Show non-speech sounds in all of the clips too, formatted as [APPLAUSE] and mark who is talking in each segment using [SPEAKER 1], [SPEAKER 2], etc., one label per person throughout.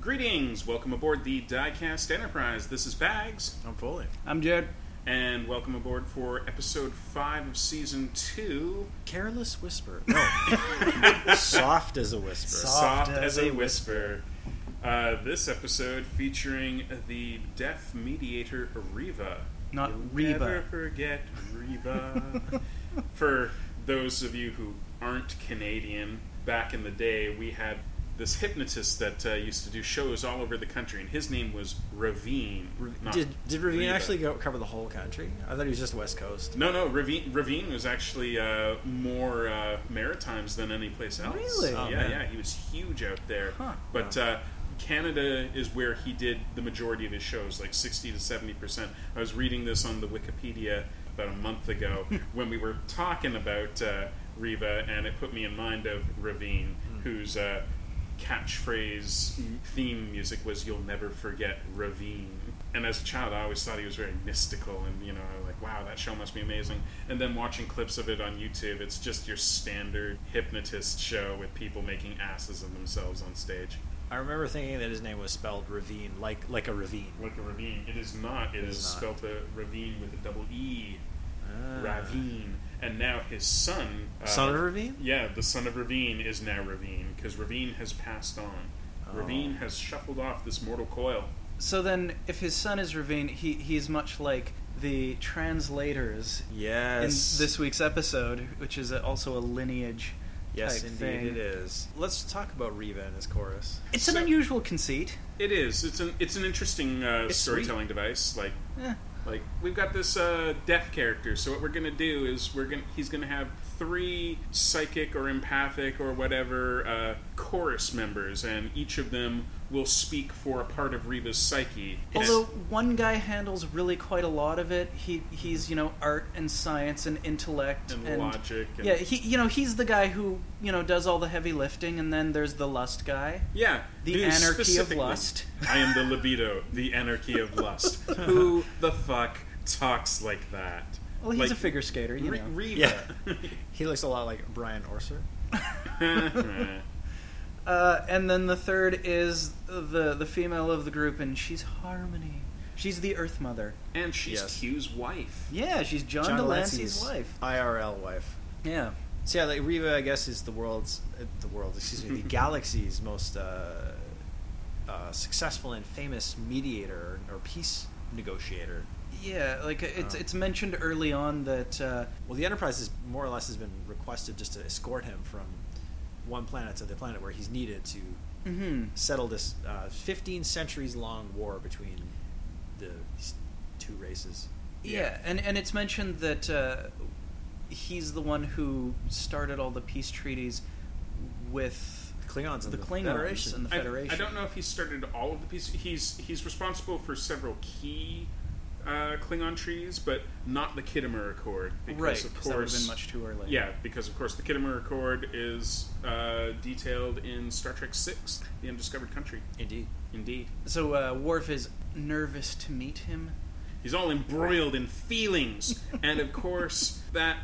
[SPEAKER 1] Greetings, welcome aboard the Diecast Enterprise. This is Bags,
[SPEAKER 2] I'm Foley.
[SPEAKER 3] I'm Jed.
[SPEAKER 1] and welcome aboard for episode five of season two.
[SPEAKER 2] Careless whisper. No. [LAUGHS] Soft as a whisper.
[SPEAKER 3] Soft as a
[SPEAKER 1] whisper. Uh, this episode featuring the deaf mediator Riva.
[SPEAKER 3] Not
[SPEAKER 1] You'll
[SPEAKER 3] Reba.
[SPEAKER 1] Never forget Reva. for those of you who aren't Canadian, back in the day we had this hypnotist that uh, used to do shows all over the country, and his name was Ravine. not
[SPEAKER 2] Did, did Ravine
[SPEAKER 1] Reva.
[SPEAKER 2] actually go cover the whole country? I thought he was just West Coast.
[SPEAKER 1] No, no. Ravine, Ravine was actually uh, more uh, Maritimes than any place else.
[SPEAKER 2] Really?
[SPEAKER 1] Yeah,
[SPEAKER 2] Oh, man.
[SPEAKER 1] yeah. He was huge out there.
[SPEAKER 3] Huh.
[SPEAKER 1] But uh, Canada is where he did the majority of his shows, like sixty to seventy percent. I was reading this on the Wikipedia about a month
[SPEAKER 2] [LAUGHS]
[SPEAKER 1] ago
[SPEAKER 2] Hmm.
[SPEAKER 1] when we were talking about uh, Reva, and it put me in mind of Ravine,
[SPEAKER 2] Hmm.
[SPEAKER 1] whose uh, catchphrase m- theme music was "You'll never forget Ravine." And as a child, I always thought he was very mystical, and you know, I was like, wow, that show must be amazing. And then watching clips of it on YouTube, it's just your standard hypnotist show with people making asses of themselves on stage.
[SPEAKER 2] I remember thinking that his name was spelled Ravine, like like a ravine.
[SPEAKER 1] Like a ravine. It is not. it
[SPEAKER 2] It
[SPEAKER 1] is,
[SPEAKER 2] is not.
[SPEAKER 1] spelled a ravine with a double E.
[SPEAKER 2] Ah.
[SPEAKER 1] Ravine. And now his son. uh,
[SPEAKER 2] Son of Ravine?
[SPEAKER 1] Yeah, the son of Ravine is now Ravine, because Ravine has passed on.
[SPEAKER 2] Oh.
[SPEAKER 1] Ravine has shuffled off this mortal coil.
[SPEAKER 3] So then, if his son is Ravine, he he's much like the translators in
[SPEAKER 2] Yes.
[SPEAKER 3] this week's episode, which is a, also a lineage.
[SPEAKER 2] Yes,
[SPEAKER 3] type
[SPEAKER 2] indeed
[SPEAKER 3] thing.
[SPEAKER 2] it is. Let's talk about Reva and his chorus.
[SPEAKER 3] It's
[SPEAKER 1] So-
[SPEAKER 3] an unusual conceit.
[SPEAKER 1] It is. It's an it's an interesting uh,
[SPEAKER 3] It's
[SPEAKER 1] storytelling device. Like
[SPEAKER 3] Eh,
[SPEAKER 1] Like we've got this uh, deaf character, so what we're gonna do is we're gonna he's gonna have three psychic or empathic or whatever uh, chorus members, and each of them will speak for a part of Reva's psyche.
[SPEAKER 3] Although one guy handles really quite a lot of it, he he's you know art and science and intellect
[SPEAKER 1] And logic and-
[SPEAKER 3] yeah, he you know he's the guy who you know does all the heavy lifting, and then there's the lust guy.
[SPEAKER 1] yeah,
[SPEAKER 3] The
[SPEAKER 1] dude,
[SPEAKER 3] anarchy of
[SPEAKER 1] specifically,
[SPEAKER 3] lust.
[SPEAKER 1] I am the libido, the anarchy
[SPEAKER 3] [LAUGHS]
[SPEAKER 1] of lust. Who the fuck talks like that?
[SPEAKER 3] Well,
[SPEAKER 1] Like,
[SPEAKER 3] he's a figure skater, you
[SPEAKER 1] Re-
[SPEAKER 3] know.
[SPEAKER 1] Reva. [LAUGHS]
[SPEAKER 2] He looks a lot like Brian Orser.
[SPEAKER 1] [LAUGHS]
[SPEAKER 3] [LAUGHS] Uh, and then the third is the the female of the group, and she's Harmony. She's the Earth Mother.
[SPEAKER 1] and she's
[SPEAKER 2] Yes.
[SPEAKER 1] Q's wife.
[SPEAKER 3] Yeah, she's John, Delancey's, wife.
[SPEAKER 2] IRL wife.
[SPEAKER 3] Yeah.
[SPEAKER 2] So yeah, like Reva, I guess is the world's uh, the world, excuse
[SPEAKER 1] [LAUGHS]
[SPEAKER 2] me, the galaxy's most uh, uh, successful and famous mediator or peace negotiator.
[SPEAKER 3] Yeah, like it's
[SPEAKER 2] Oh.
[SPEAKER 3] it's mentioned early on that uh,
[SPEAKER 2] Well, the Enterprise is more or less has been requested just to escort him from one planet to the planet where he's needed to
[SPEAKER 3] mhm.
[SPEAKER 2] settle this uh, 15 centuries long war between the these two races.
[SPEAKER 3] yeah.
[SPEAKER 1] Yeah.
[SPEAKER 3] and and it's mentioned that uh, he's the one who started all the peace treaties with
[SPEAKER 2] The Klingons and
[SPEAKER 3] The
[SPEAKER 2] the,
[SPEAKER 3] Klingons
[SPEAKER 2] Federation.
[SPEAKER 3] and the-
[SPEAKER 1] I-
[SPEAKER 3] Federation.
[SPEAKER 1] I, don't know if he started all of the pieces. He's he's responsible for several key uh, Klingon treaties, but not the Kittimer Accord because
[SPEAKER 3] right.
[SPEAKER 1] of
[SPEAKER 3] 'cause that would have
[SPEAKER 1] course.
[SPEAKER 3] been much too early.
[SPEAKER 1] yeah, because of course the Kittimer Accord is uh, detailed in Star Trek VI, The Undiscovered Country.
[SPEAKER 2] Indeed.
[SPEAKER 1] Indeed,
[SPEAKER 3] So uh, Worf is nervous to meet him.
[SPEAKER 1] he's all embroiled in feelings, and of course that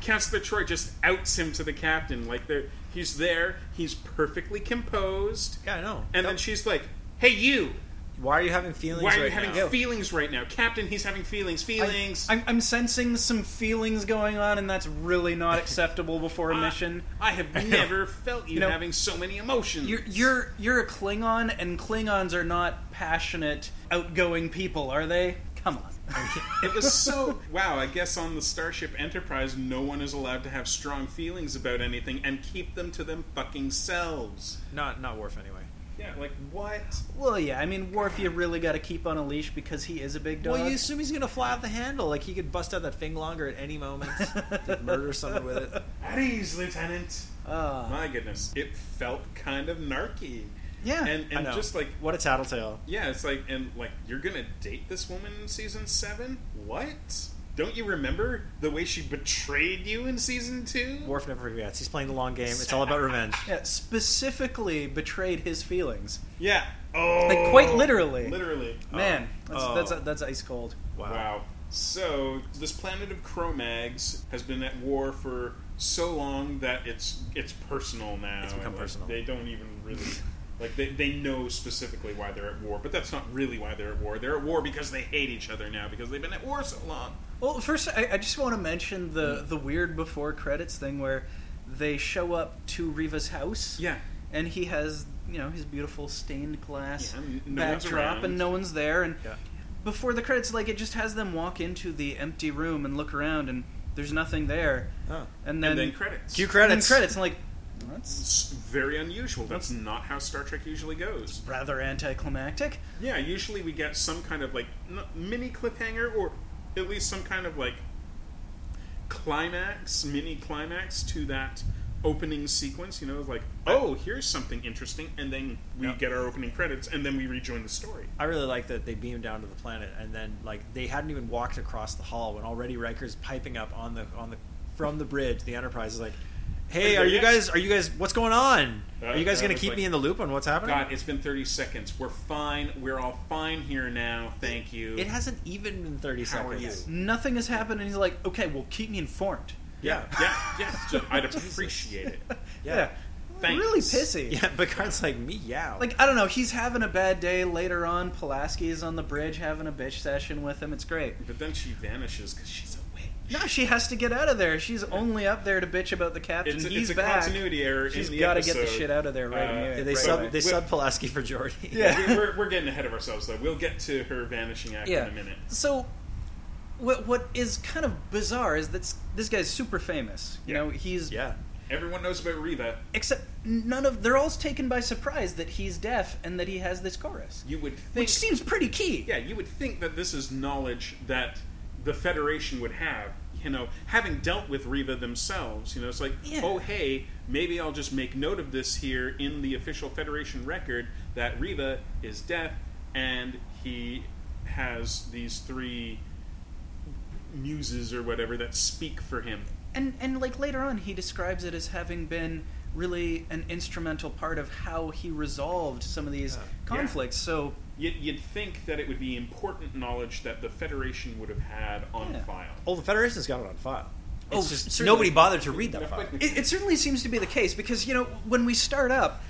[SPEAKER 1] Counselor Troy just outs him to the captain. Like they're, he's there, he's perfectly composed,
[SPEAKER 2] Yeah, I know.
[SPEAKER 1] and then
[SPEAKER 2] Yep.
[SPEAKER 1] she's like, "Hey, you."
[SPEAKER 2] why are you having feelings?
[SPEAKER 1] Why are you
[SPEAKER 2] right
[SPEAKER 1] having
[SPEAKER 2] now?
[SPEAKER 1] feelings right now, Captain? He's having feelings. Feelings.
[SPEAKER 3] I, am I'm sensing some feelings going on, and that's really not acceptable before
[SPEAKER 2] [LAUGHS] Uh,
[SPEAKER 3] a
[SPEAKER 1] I-
[SPEAKER 3] mission.
[SPEAKER 1] I have never felt you,
[SPEAKER 3] know,
[SPEAKER 1] having so many emotions.
[SPEAKER 3] You're you're you're a Klingon, and Klingons are not passionate, outgoing people, are they? Come on.
[SPEAKER 1] it was so wow. I guess on the Starship Enterprise, no one is allowed to have strong feelings about anything and keep them to them fucking selves.
[SPEAKER 2] Not not Worf anyway.
[SPEAKER 1] Yeah, like what?
[SPEAKER 3] [LAUGHS] well, yeah. I mean, Worf, you really got to keep on a leash because he is a big dog.
[SPEAKER 2] Well, you assume he's gonna fly off the handle. Like he could bust out that thing longer at any moment, to murder someone with it.
[SPEAKER 1] At ease, Lieutenant.
[SPEAKER 3] Ah.
[SPEAKER 1] My goodness, it felt kind of narky.
[SPEAKER 3] yeah.
[SPEAKER 1] And
[SPEAKER 2] I
[SPEAKER 1] and
[SPEAKER 2] know.
[SPEAKER 1] just like
[SPEAKER 2] What a tattletale!
[SPEAKER 1] Yeah, it's like, and like, you're gonna date this woman in season seven? What? Don't you remember the way she betrayed you in season two?
[SPEAKER 2] Worf never regrets. He's playing the long game. It's all about revenge.
[SPEAKER 3] yeah, specifically betrayed his feelings.
[SPEAKER 1] Yeah. Oh.
[SPEAKER 3] Like, quite literally.
[SPEAKER 1] Literally.
[SPEAKER 3] Man, that's
[SPEAKER 2] Oh.
[SPEAKER 3] that's, that's ice cold.
[SPEAKER 1] [LAUGHS] Wow. So this planet of Cro-Mags has been at war for so long that it's it's personal now.
[SPEAKER 2] It's become
[SPEAKER 1] Like,
[SPEAKER 2] personal.
[SPEAKER 1] They don't even really Like they, they know specifically why they're at war, but that's not really why they're at war. They're at war because they hate each other now because they've been at war so long.
[SPEAKER 3] Well, first, I, I just want to mention the
[SPEAKER 2] Hmm.
[SPEAKER 3] the weird before credits thing where they show up to Riva's house.
[SPEAKER 1] Yeah.
[SPEAKER 3] And he has, you know, his beautiful stained glass
[SPEAKER 1] Yeah, and no one's
[SPEAKER 3] backdrop,
[SPEAKER 1] around.
[SPEAKER 3] and no one's there. And
[SPEAKER 2] Yeah.
[SPEAKER 3] before the credits, like it just has them walk into the empty room and look around, and there's nothing there.
[SPEAKER 2] Oh.
[SPEAKER 3] And
[SPEAKER 1] And,
[SPEAKER 3] then,
[SPEAKER 1] then credits.
[SPEAKER 2] Cue
[SPEAKER 3] and then
[SPEAKER 2] credits.
[SPEAKER 3] credits. And like, that's
[SPEAKER 1] It's very unusual. That's not how Star Trek usually goes.
[SPEAKER 3] rather anticlimactic.
[SPEAKER 1] Yeah, usually we get some kind of like n- mini cliffhanger or at least some kind of like climax, mini climax to that opening sequence, you know, like, oh, here's something interesting, and then we
[SPEAKER 2] Yeah.
[SPEAKER 1] get our opening credits and then we rejoin the story.
[SPEAKER 2] I really like that they beamed down to the planet, and then like they hadn't even walked across the hall when already Riker's piping up on the on the from the bridge. The Enterprise is like, "Hey,
[SPEAKER 1] Are
[SPEAKER 2] are
[SPEAKER 1] they
[SPEAKER 2] you
[SPEAKER 1] yet?"
[SPEAKER 2] guys? Are you guys? What's going on?
[SPEAKER 1] Uh,
[SPEAKER 2] Are you guys
[SPEAKER 1] I
[SPEAKER 2] going to
[SPEAKER 1] was
[SPEAKER 2] keep
[SPEAKER 1] like-
[SPEAKER 2] me in the loop on what's happening?"
[SPEAKER 1] God, it's been 30 seconds. We're fine. We're all fine here now. Thank you.
[SPEAKER 2] It hasn't even been thirty
[SPEAKER 1] How are
[SPEAKER 2] seconds.
[SPEAKER 1] you?
[SPEAKER 3] Nothing has happened, and he's like, okay, well, keep me informed.
[SPEAKER 1] Yeah,
[SPEAKER 2] Yeah.
[SPEAKER 1] yeah, yeah. [LAUGHS] So I'd appreciate it.
[SPEAKER 2] Yeah.
[SPEAKER 1] Thanks.
[SPEAKER 3] Really
[SPEAKER 1] [LAUGHS]
[SPEAKER 3] pissy.
[SPEAKER 2] Yeah, Picard's like me, yeah.
[SPEAKER 3] Like, I don't know, he's having a bad day. Later on, Pulaski is on the bridge having a bitch session with him. It's great.
[SPEAKER 1] But then she vanishes because she's a witch.
[SPEAKER 3] No, she has to get out of there. She's only up there to bitch about the captain.
[SPEAKER 1] It's a,
[SPEAKER 3] he's
[SPEAKER 1] it's a
[SPEAKER 3] back.
[SPEAKER 1] continuity error.
[SPEAKER 3] She's
[SPEAKER 1] in the
[SPEAKER 3] gotta
[SPEAKER 1] episode.
[SPEAKER 3] get the shit out of there right
[SPEAKER 1] Uh,
[SPEAKER 3] away.
[SPEAKER 2] they
[SPEAKER 1] right
[SPEAKER 2] sub
[SPEAKER 1] away.
[SPEAKER 2] they sub Pulaski for Geordi.
[SPEAKER 3] Yeah.
[SPEAKER 1] We- we're, we're getting ahead of ourselves, though. We'll get to her vanishing act
[SPEAKER 3] Yeah.
[SPEAKER 1] in a minute.
[SPEAKER 3] So, what what is kind of bizarre is that this guy's super famous. You
[SPEAKER 1] Yeah.
[SPEAKER 3] know,
[SPEAKER 2] [LAUGHS]
[SPEAKER 3] he's
[SPEAKER 2] yeah.
[SPEAKER 1] Everyone knows about Reva.
[SPEAKER 3] except none of they're all taken by surprise that he's deaf and that he has this chorus,
[SPEAKER 1] You would think,
[SPEAKER 3] which seems pretty key.
[SPEAKER 1] yeah, you would think that this is knowledge that the Federation would have. You know, having dealt with Reva themselves, you know, it's like,
[SPEAKER 3] Yeah.
[SPEAKER 1] oh hey, maybe I'll just make note of this here in the official Federation record that Reva is deaf and he has these three muses or whatever that speak for him.
[SPEAKER 3] And and like later on, he describes it as having been really an instrumental part of how he resolved some of these
[SPEAKER 2] Uh, yeah.
[SPEAKER 3] conflicts. So
[SPEAKER 1] You'd, you'd think that it would be important knowledge that the Federation would have had on
[SPEAKER 3] Yeah.
[SPEAKER 1] file.
[SPEAKER 2] Oh, the Federation's got it on file.
[SPEAKER 3] Oh,
[SPEAKER 2] It's just
[SPEAKER 3] certainly.
[SPEAKER 2] nobody bothered to
[SPEAKER 1] [LAUGHS]
[SPEAKER 2] read that file.
[SPEAKER 3] it, it certainly seems to be the case because you know when we start up,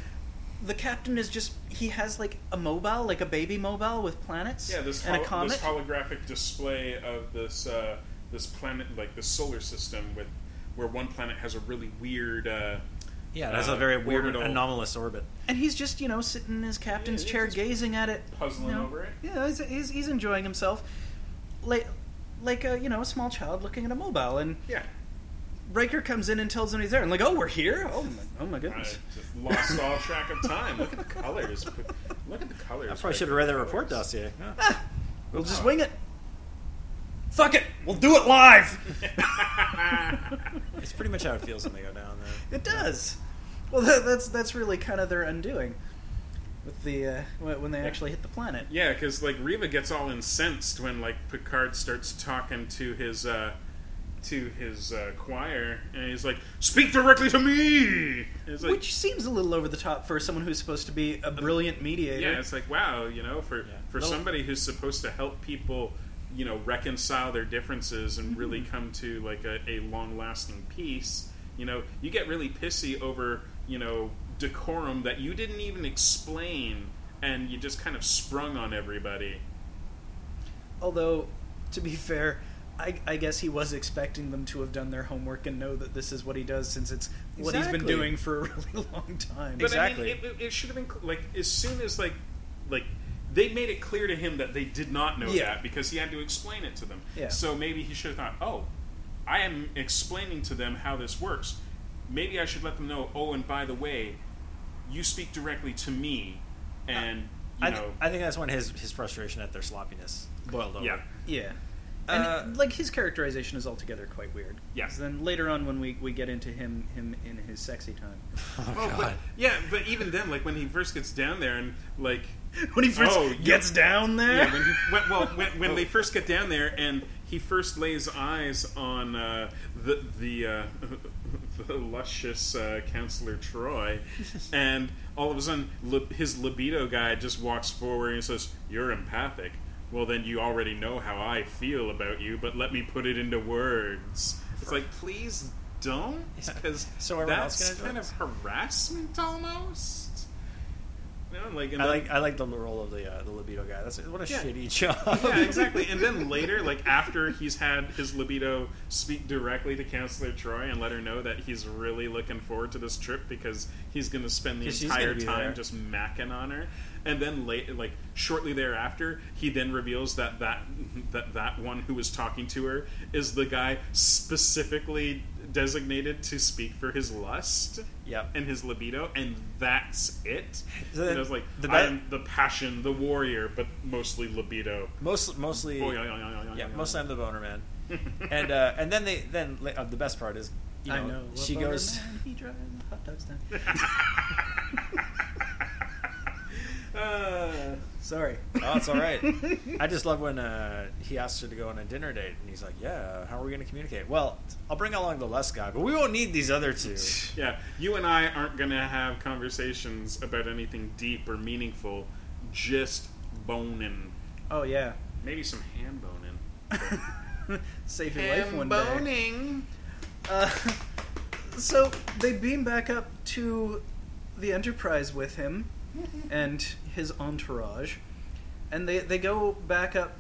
[SPEAKER 3] the captain is just he has like a mobile, like a baby mobile with planets
[SPEAKER 1] Yeah, this,
[SPEAKER 3] and a
[SPEAKER 1] hol- this
[SPEAKER 3] comet.
[SPEAKER 1] holographic display of this uh, this planet, like the solar system, with where one planet has a really weird. Uh,
[SPEAKER 2] Yeah, that's
[SPEAKER 1] uh,
[SPEAKER 2] a very weird
[SPEAKER 1] orbital-
[SPEAKER 2] anomalous orbit.
[SPEAKER 3] and he's just you know sitting in his captain's
[SPEAKER 1] Yeah,
[SPEAKER 3] chair,
[SPEAKER 1] just
[SPEAKER 3] gazing at it,
[SPEAKER 1] puzzling
[SPEAKER 3] you know.
[SPEAKER 1] over it.
[SPEAKER 3] Yeah, he's, he's, he's enjoying himself, like like a you know a small child looking at a mobile. And
[SPEAKER 1] Yeah, uh,
[SPEAKER 3] Riker comes in and tells him he's there, and like, oh, we're here. Oh my, oh my
[SPEAKER 1] I
[SPEAKER 3] goodness.
[SPEAKER 1] just lost all track of time. Look at the colors. Look at the colors.
[SPEAKER 2] I probably should have read that report
[SPEAKER 1] Colors.
[SPEAKER 2] dossier.
[SPEAKER 3] Ah, we'll just
[SPEAKER 1] Oh.
[SPEAKER 3] wing it. Fuck it, we'll do it live.
[SPEAKER 2] [LAUGHS]
[SPEAKER 1] [LAUGHS]
[SPEAKER 2] [LAUGHS] It's pretty much how it feels when they go down there.
[SPEAKER 3] It does. Well, that, that's that's really kind of their undoing, with the uh, wh- when they actually hit the planet.
[SPEAKER 1] Yeah, because like Reva gets all incensed when like Picard starts talking to his uh, to his uh, choir, and he's like, "Speak directly to me." And It's like,
[SPEAKER 3] Which seems a little over the top for someone who's supposed to be a brilliant mediator.
[SPEAKER 1] yeah, it's like wow, you know, for
[SPEAKER 2] Yeah.
[SPEAKER 1] for
[SPEAKER 2] Little-
[SPEAKER 1] somebody who's supposed to help people, you know, reconcile their differences and really come to like a, a long lasting peace. You know, you get really pissy over you know decorum that you didn't even explain, and you just kind of sprung on everybody.
[SPEAKER 3] Although, to be fair, I, I guess he was expecting them to have done their homework and know that this is what he does, since it's what he's been
[SPEAKER 2] Exactly.
[SPEAKER 3] doing for a [LAUGHS] really long time.
[SPEAKER 1] But
[SPEAKER 2] Exactly.
[SPEAKER 1] I mean, it- it, it should have been cl- like as soon as like like they made it clear to him that they did not know
[SPEAKER 3] Yeah.
[SPEAKER 1] that because he had to explain it to them.
[SPEAKER 3] Yeah.
[SPEAKER 1] So maybe he should have thought, oh, I am explaining to them how this works. Maybe I should let them know. Oh, and by the way, you speak directly to me, and
[SPEAKER 2] I,
[SPEAKER 3] Uh,
[SPEAKER 1] you
[SPEAKER 2] th-
[SPEAKER 1] know,
[SPEAKER 2] I think that's when his his frustration at their sloppiness boiled over. [LAUGHS]
[SPEAKER 1] yeah.
[SPEAKER 3] Yeah.
[SPEAKER 2] Uh,
[SPEAKER 3] And like his characterization is altogether quite weird.
[SPEAKER 1] Yeah.
[SPEAKER 3] Then later on, when we, we get into him him in his sexy time,
[SPEAKER 2] Oh,
[SPEAKER 1] Oh,
[SPEAKER 2] God.
[SPEAKER 1] but, yeah, but even then, like when he first gets down there and like
[SPEAKER 3] [LAUGHS] when he first
[SPEAKER 1] Oh, yeah.
[SPEAKER 3] gets down there,
[SPEAKER 1] Yeah, when he, when, well, when, when they first get down there and he first lays eyes on uh, the the, uh, [LAUGHS] the luscious uh, counselor
[SPEAKER 2] [LAUGHS]
[SPEAKER 1] Troy, and all of a sudden li- his libido guy just walks forward and says, "You're empathic." Well, then you already know how I feel about you, but let me put it into words. It's like, please don't, because
[SPEAKER 2] So everyone else
[SPEAKER 1] that's
[SPEAKER 2] can
[SPEAKER 1] kind
[SPEAKER 2] enjoy
[SPEAKER 1] of harassment almost. No, like, and
[SPEAKER 2] [LAUGHS] I
[SPEAKER 1] then-
[SPEAKER 2] like I like the role of the uh, the libido guy. That's what a
[SPEAKER 1] Yeah.
[SPEAKER 2] shitty job.
[SPEAKER 1] [LAUGHS] yeah, exactly. And then later, like
[SPEAKER 2] [LAUGHS]
[SPEAKER 1] after he's had his libido speak directly to Counselor Troy and let her know that he's really looking forward to this trip because he's going to spend the
[SPEAKER 2] 'Cause she's gonna
[SPEAKER 1] entire
[SPEAKER 2] be
[SPEAKER 1] time
[SPEAKER 2] there.
[SPEAKER 1] just macking on her. And then late, like shortly thereafter, he then reveals that that that that one who was talking to her is the guy specifically designated to speak for his lust
[SPEAKER 2] Yep.
[SPEAKER 1] and his libido, and that's it.
[SPEAKER 2] So
[SPEAKER 1] and
[SPEAKER 2] then
[SPEAKER 1] I was like, I
[SPEAKER 2] the be-
[SPEAKER 1] am the passion, the warrior, but mostly libido.
[SPEAKER 2] Most mostly
[SPEAKER 1] Oh, yeah, yeah, yeah, yeah,
[SPEAKER 2] yeah,
[SPEAKER 1] yeah.
[SPEAKER 2] mostly I'm the boner man. and uh, and then they then uh, the best part is you know,
[SPEAKER 3] I know.
[SPEAKER 2] she
[SPEAKER 3] Well,
[SPEAKER 2] goes
[SPEAKER 3] Man, he drives hot dogs
[SPEAKER 2] [LAUGHS]
[SPEAKER 3] down.
[SPEAKER 1] Uh,
[SPEAKER 3] Sorry.
[SPEAKER 2] Oh, it's all right. I just love when uh, he asks her to go on a dinner date, and he's like, "Yeah, how are we going to communicate?" Well, I'll bring along the less guy, but we won't need these other two.
[SPEAKER 1] [LAUGHS] yeah, you and I aren't going to have conversations about anything deep or meaningful, just boning.
[SPEAKER 3] [LAUGHS] Oh yeah. [LAUGHS]
[SPEAKER 1] Maybe some hand boning.
[SPEAKER 3] Save your life one day.
[SPEAKER 1] boning!
[SPEAKER 3] Uh, so they beam back up to the Enterprise with him
[SPEAKER 2] Mm-hmm.
[SPEAKER 3] and his entourage, and they they go back up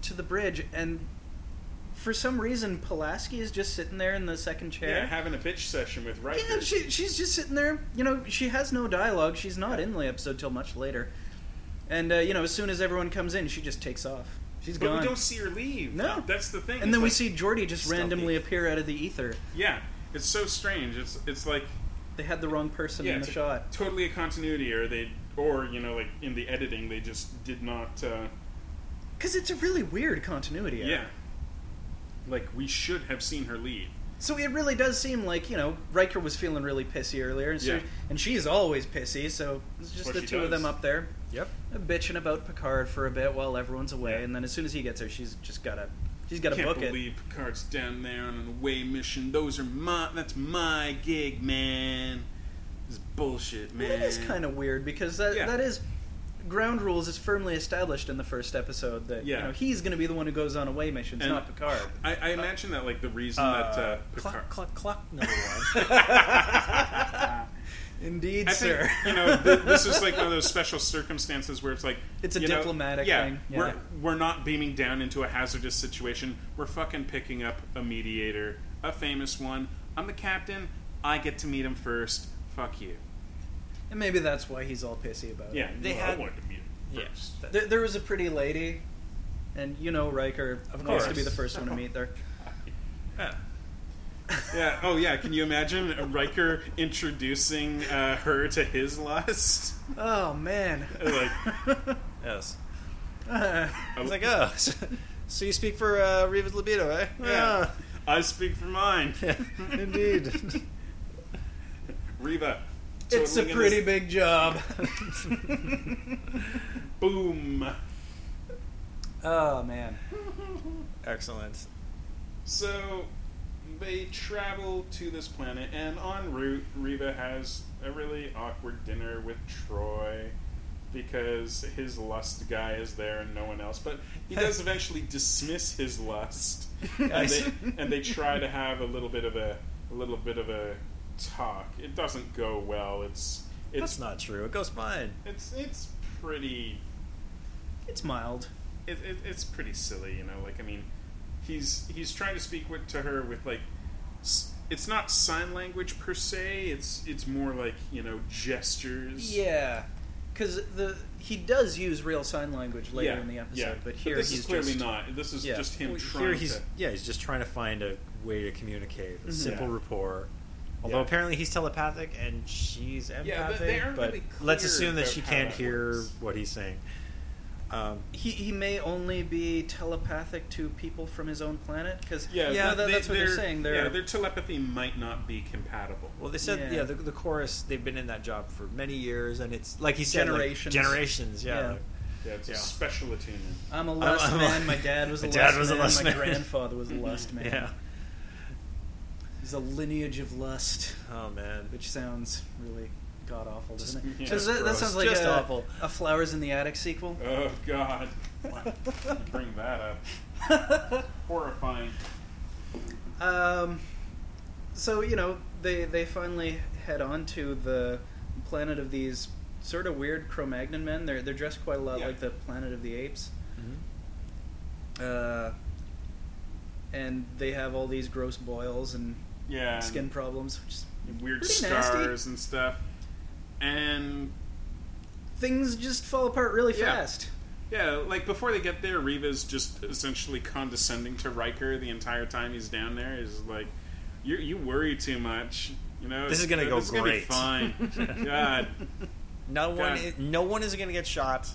[SPEAKER 3] to the bridge and. For some reason, Pulaski is just sitting there in the second
[SPEAKER 1] Yeah,
[SPEAKER 3] chair.
[SPEAKER 1] having a bitch session with Riker.
[SPEAKER 3] Yeah, she, she's just sitting there. You know, she has no dialogue. She's not in the episode till much later. And, uh, you know, as soon as everyone comes in, she just takes off. She's
[SPEAKER 1] but
[SPEAKER 3] gone.
[SPEAKER 1] we don't see her leave.
[SPEAKER 3] No.
[SPEAKER 1] That's the thing.
[SPEAKER 3] and then
[SPEAKER 1] It's
[SPEAKER 3] we
[SPEAKER 1] like-
[SPEAKER 3] see Geordi just
[SPEAKER 2] Stealthy.
[SPEAKER 3] randomly appear out of the ether.
[SPEAKER 1] Yeah, it's so strange. It's, it's like.
[SPEAKER 3] They had the wrong person
[SPEAKER 1] yeah,
[SPEAKER 3] in the
[SPEAKER 1] it's a-
[SPEAKER 3] shot.
[SPEAKER 1] totally a continuity, or they, or you know, like in the editing, they just did not. Uh,
[SPEAKER 3] Because it's a really weird continuity.
[SPEAKER 1] yeah.
[SPEAKER 3] error.
[SPEAKER 1] like we should have seen her leave.
[SPEAKER 3] So it really does seem like, you know, Riker was feeling really pissy earlier, and, so,
[SPEAKER 1] Yeah.
[SPEAKER 3] and she's always pissy, so it's just
[SPEAKER 1] what
[SPEAKER 3] the
[SPEAKER 1] she
[SPEAKER 3] two
[SPEAKER 1] does.
[SPEAKER 3] of them up there
[SPEAKER 2] [LAUGHS] Yep.
[SPEAKER 3] uh, bitching about Picard for a bit while everyone's away,
[SPEAKER 1] Yeah.
[SPEAKER 3] and then as soon as he gets there, she's just gotta, she's gotta
[SPEAKER 1] Can't
[SPEAKER 3] book it.
[SPEAKER 1] believe Picard's down there on an away mission. Those are my, that's my gig, man. This is bullshit, man.
[SPEAKER 3] Well, It is kind of weird because that,
[SPEAKER 1] Yeah.
[SPEAKER 3] that is ground rules is firmly established in the first episode that you
[SPEAKER 1] Yeah.
[SPEAKER 3] know he's going to be the one who goes on away missions,
[SPEAKER 1] And-
[SPEAKER 3] not Picard.
[SPEAKER 1] [LAUGHS] I, I imagine that like the reason that uh,
[SPEAKER 2] Uh,
[SPEAKER 1] Picard.
[SPEAKER 2] cluck, cluck, cluck.
[SPEAKER 1] [LAUGHS]
[SPEAKER 2] Number one.
[SPEAKER 3] Indeed,
[SPEAKER 1] I think
[SPEAKER 3] sir. [LAUGHS]
[SPEAKER 1] you know th- this is like one of those special circumstances where it's like
[SPEAKER 3] It's a
[SPEAKER 1] you know,
[SPEAKER 3] diplomatic
[SPEAKER 1] yeah,
[SPEAKER 3] thing, yeah.
[SPEAKER 1] We're we're not beaming down into a hazardous situation. We're fucking picking up a mediator, a famous one. I'm the captain. I get to meet him first. Fuck you.
[SPEAKER 3] and maybe that's why he's all pissy about
[SPEAKER 1] Yeah,
[SPEAKER 3] it.
[SPEAKER 2] They
[SPEAKER 1] no, I
[SPEAKER 2] had-
[SPEAKER 1] wanted to meet him
[SPEAKER 2] Yeah.
[SPEAKER 1] first.
[SPEAKER 3] There, there was a pretty lady, and you know Riker wants to
[SPEAKER 1] course.
[SPEAKER 3] be the first one to meet her.
[SPEAKER 2] Yeah.
[SPEAKER 1] [LAUGHS] Yeah. Oh yeah. Can you imagine Riker introducing uh, her to his
[SPEAKER 2] [LAUGHS]
[SPEAKER 1] lust?
[SPEAKER 3] [LAUGHS] Oh man.
[SPEAKER 1] Like,
[SPEAKER 2] Yes.
[SPEAKER 3] [LAUGHS]
[SPEAKER 1] I
[SPEAKER 2] It's like, oh, so, so you speak for uh, Riva's libido, eh?
[SPEAKER 1] yeah. I speak for mine.
[SPEAKER 2] [LAUGHS] Yeah. Indeed.
[SPEAKER 1] [LAUGHS] Riva.
[SPEAKER 3] it's
[SPEAKER 1] totally
[SPEAKER 3] a
[SPEAKER 1] gonna-
[SPEAKER 3] pretty
[SPEAKER 1] [LAUGHS]
[SPEAKER 3] big job. [LAUGHS]
[SPEAKER 1] boom.
[SPEAKER 3] oh man.
[SPEAKER 2] [LAUGHS] Excellent.
[SPEAKER 1] So they travel to this planet, and en route, Reva has a really awkward dinner with Troy because his lust guy is there and no one else. But he
[SPEAKER 2] [LAUGHS]
[SPEAKER 1] does eventually dismiss his lust, and
[SPEAKER 2] Nice.
[SPEAKER 1] they, and they try to have a little bit of a, a little bit of a talk. It doesn't go well. It's it's
[SPEAKER 2] That's not true. It goes fine.
[SPEAKER 1] it's it's pretty
[SPEAKER 3] It's mild.
[SPEAKER 1] it, it, it's pretty silly, you know. Like, I mean, he's he's trying to speak with, to her with like, s- it's not sign language per se. It's it's more like you know gestures.
[SPEAKER 3] Yeah, because the he does use real sign language later
[SPEAKER 1] Yeah,
[SPEAKER 3] in the episode,
[SPEAKER 1] yeah.
[SPEAKER 3] but here
[SPEAKER 1] this
[SPEAKER 3] he's
[SPEAKER 1] is clearly
[SPEAKER 3] just
[SPEAKER 1] not. This is
[SPEAKER 3] yeah.
[SPEAKER 1] just him
[SPEAKER 2] Well,
[SPEAKER 1] trying
[SPEAKER 2] here he's
[SPEAKER 1] to.
[SPEAKER 2] yeah he's just trying to find a way to communicate a
[SPEAKER 3] Mhm.
[SPEAKER 2] simple
[SPEAKER 1] Yeah.
[SPEAKER 2] rapport although
[SPEAKER 1] Yeah.
[SPEAKER 2] apparently he's telepathic and she's empathic
[SPEAKER 1] Yeah, but they aren't
[SPEAKER 2] but
[SPEAKER 1] really
[SPEAKER 2] let's
[SPEAKER 1] clear
[SPEAKER 2] assume that
[SPEAKER 1] about
[SPEAKER 2] she
[SPEAKER 1] how
[SPEAKER 2] can't
[SPEAKER 1] that
[SPEAKER 2] hear
[SPEAKER 1] works.
[SPEAKER 2] what he's saying um,
[SPEAKER 3] He, he may only be telepathic to people from his own planet because
[SPEAKER 1] Yeah,
[SPEAKER 3] that,
[SPEAKER 1] they,
[SPEAKER 3] that's what they're,
[SPEAKER 1] their-
[SPEAKER 3] saying. They're,
[SPEAKER 1] yeah, their telepathy might not be compatible.
[SPEAKER 2] well they said
[SPEAKER 3] Yeah.
[SPEAKER 2] yeah, the, the chorus they've been in that job for many years and it's like he said like,
[SPEAKER 3] Generations.
[SPEAKER 2] generations yeah,
[SPEAKER 3] Yeah. Um.
[SPEAKER 2] like,
[SPEAKER 1] yeah, it's a
[SPEAKER 2] yeah.
[SPEAKER 1] special attunement.
[SPEAKER 3] I'm a lust
[SPEAKER 2] I'm a- [LAUGHS]
[SPEAKER 3] man. my dad was a
[SPEAKER 2] My
[SPEAKER 3] lust
[SPEAKER 2] dad was a
[SPEAKER 3] man.
[SPEAKER 2] lust
[SPEAKER 3] my
[SPEAKER 2] man. [LAUGHS]
[SPEAKER 3] grandfather was a lust man.
[SPEAKER 2] yeah
[SPEAKER 3] There's a lineage of lust,
[SPEAKER 2] oh man
[SPEAKER 3] which sounds really god awful, doesn't
[SPEAKER 1] Just-
[SPEAKER 3] it?
[SPEAKER 1] yeah.
[SPEAKER 3] 'Cause that, that
[SPEAKER 2] Gross.
[SPEAKER 3] sounds like
[SPEAKER 2] Just
[SPEAKER 3] a,
[SPEAKER 2] awful.
[SPEAKER 3] a Flowers in the Attic sequel.
[SPEAKER 1] Oh
[SPEAKER 3] [LAUGHS]
[SPEAKER 1] God, [LAUGHS] bring that up. Horrifying.
[SPEAKER 3] Um, so you know they they finally head on to the planet of these sort of weird Cro-Magnon men. They're they're dressed quite a lot
[SPEAKER 1] Yeah.
[SPEAKER 3] like the Planet of the Apes,
[SPEAKER 2] Mm-hmm.
[SPEAKER 3] uh, and they have all these gross boils and
[SPEAKER 1] Yeah. and-
[SPEAKER 3] skin problems, which is
[SPEAKER 1] weird
[SPEAKER 3] pretty
[SPEAKER 1] scars
[SPEAKER 3] nasty.
[SPEAKER 1] and stuff. And
[SPEAKER 3] Things just fall apart really
[SPEAKER 1] Yeah.
[SPEAKER 3] fast.
[SPEAKER 1] yeah, like before they get there, Riva's just essentially condescending to Riker the entire time he's down there. He's like, "You you worry too much." You know,
[SPEAKER 2] This is gonna
[SPEAKER 1] it's-
[SPEAKER 2] go
[SPEAKER 1] this
[SPEAKER 2] great."
[SPEAKER 1] Is gonna be
[SPEAKER 2] [LAUGHS]
[SPEAKER 1] fine. God,
[SPEAKER 2] No one,
[SPEAKER 1] God.
[SPEAKER 2] is, no one is going to get shot.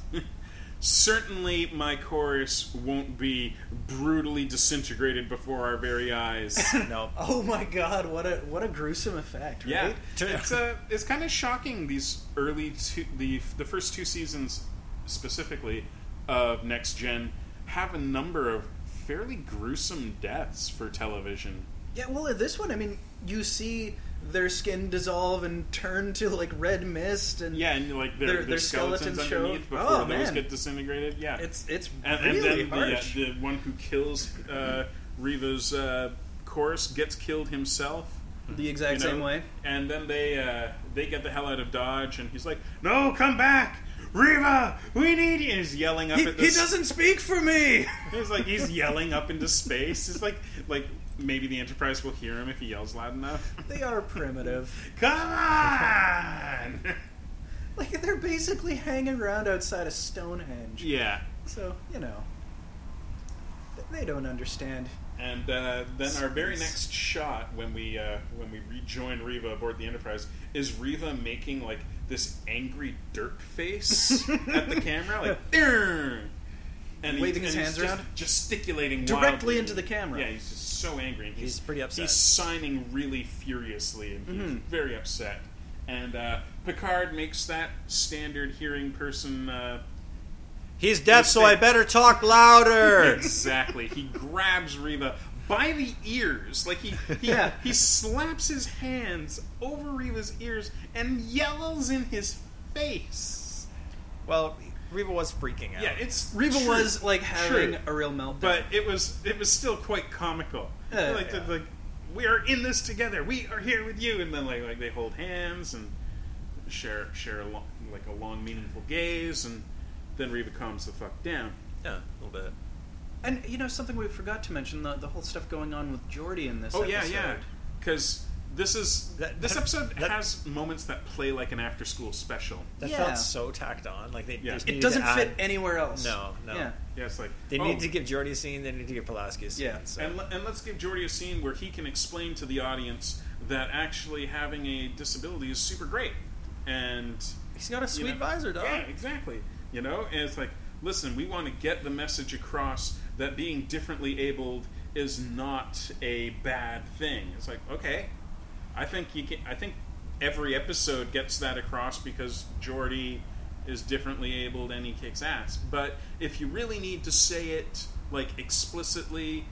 [SPEAKER 1] certainly my chorus won't be brutally disintegrated before our very eyes.
[SPEAKER 2] [LAUGHS] no.
[SPEAKER 3] Oh my god, what a what a gruesome effect, right?
[SPEAKER 1] Yeah,
[SPEAKER 2] Turn-
[SPEAKER 1] it's uh, it's kind of shocking. These early two, the the first two seasons specifically of Next Gen have a number of fairly gruesome deaths for television.
[SPEAKER 3] Yeah, well, in this one, I mean, you see their skin dissolve and turn to like red mist, and
[SPEAKER 1] Yeah, and like
[SPEAKER 3] Their-
[SPEAKER 1] their, their,
[SPEAKER 3] their
[SPEAKER 1] skeletons,
[SPEAKER 3] skeletons show-
[SPEAKER 1] underneath before
[SPEAKER 3] Oh,
[SPEAKER 1] those
[SPEAKER 3] man.
[SPEAKER 1] get disintegrated. Yeah,
[SPEAKER 3] it's it's
[SPEAKER 1] and, and
[SPEAKER 3] really
[SPEAKER 1] then the, uh,
[SPEAKER 3] harsh.
[SPEAKER 1] the one who kills uh, Riva's uh, chorus gets killed himself.
[SPEAKER 3] the exact
[SPEAKER 1] you know?
[SPEAKER 3] same way.
[SPEAKER 1] And then they uh, they get the hell out of Dodge, and he's like, "No, come back, Riva, we need you." And he's yelling up at this.
[SPEAKER 3] speak for me.
[SPEAKER 1] [LAUGHS] He's like he's yelling up into space. It's like like maybe the Enterprise will hear him if he yells loud enough. [LAUGHS]
[SPEAKER 3] they are primitive.
[SPEAKER 1] Come on. [LAUGHS]
[SPEAKER 3] Like they're basically hanging around outside of Stonehenge.
[SPEAKER 1] yeah.
[SPEAKER 3] So you know, th- they don't understand.
[SPEAKER 1] And uh, then our very
[SPEAKER 3] Space.
[SPEAKER 1] next shot, when we uh, when we rejoin Riva aboard the Enterprise, is Riva making like this angry Dirk
[SPEAKER 3] [LAUGHS]
[SPEAKER 1] face at the camera, like "Arr!" and he-
[SPEAKER 3] Waving his
[SPEAKER 1] and
[SPEAKER 3] hands
[SPEAKER 1] he's
[SPEAKER 3] around?
[SPEAKER 1] just gesticulating
[SPEAKER 3] Directly
[SPEAKER 1] wildly.
[SPEAKER 3] into the camera.
[SPEAKER 1] Yeah, he's just so angry. And
[SPEAKER 2] He's pretty upset.
[SPEAKER 1] He's signing really furiously, and he's
[SPEAKER 3] Mhm.
[SPEAKER 1] very upset. And uh, Picard makes that standard hearing person. Uh,
[SPEAKER 2] He's deaf, so I
[SPEAKER 1] Mistake.
[SPEAKER 2] better
[SPEAKER 1] [LAUGHS]
[SPEAKER 2] talk louder.
[SPEAKER 1] Exactly. He grabs Reva by the ears. Like he he,
[SPEAKER 3] Yeah.
[SPEAKER 1] he slaps his hands over Reva's ears and yells in his face.
[SPEAKER 2] well, Reva was freaking out.
[SPEAKER 1] Yeah, it's
[SPEAKER 3] Reva
[SPEAKER 1] true.
[SPEAKER 3] was like having
[SPEAKER 1] True.
[SPEAKER 3] a real meltdown.
[SPEAKER 1] but it was it was still quite comical.
[SPEAKER 3] Yeah,
[SPEAKER 1] like
[SPEAKER 2] yeah.
[SPEAKER 1] like we are in this together. We are here with you and then like like they hold hands and share share a long, like a long meaningful gaze and then Reva calms the fuck down.
[SPEAKER 2] Yeah, a little bit.
[SPEAKER 3] and you know something we forgot to mention the the whole stuff going on with Jordy in this.
[SPEAKER 1] Oh yeah,
[SPEAKER 3] episode.
[SPEAKER 1] yeah. Because this is
[SPEAKER 2] That-
[SPEAKER 1] this
[SPEAKER 2] that-
[SPEAKER 1] episode
[SPEAKER 2] that-
[SPEAKER 1] has moments that play like an after-school special.
[SPEAKER 2] That
[SPEAKER 3] Yeah.
[SPEAKER 2] felt so tacked on. Like they
[SPEAKER 1] Yeah.
[SPEAKER 2] just
[SPEAKER 1] It
[SPEAKER 3] It
[SPEAKER 2] needed
[SPEAKER 3] doesn't
[SPEAKER 2] to add-
[SPEAKER 3] fit anywhere else.
[SPEAKER 2] No, no.
[SPEAKER 3] Yeah.
[SPEAKER 1] Yeah, it's like
[SPEAKER 2] They
[SPEAKER 1] oh,
[SPEAKER 2] need to give Jordy a scene. They need to give Pulaski a scene.
[SPEAKER 3] Yeah,
[SPEAKER 2] so-
[SPEAKER 1] and, le- and let's give Jordy a scene where he can explain to the audience that actually having a disability is super great, and
[SPEAKER 2] he's got a
[SPEAKER 1] you
[SPEAKER 2] sweet
[SPEAKER 1] know-
[SPEAKER 2] visor, dog.
[SPEAKER 1] Yeah, exactly. You know, and it's like, listen, we want to get the message across that being differently abled is not a bad thing. It's like, okay, I think you can. I think every episode gets that across because Jordy is differently abled and he kicks ass. But if you really need to say it like explicitly,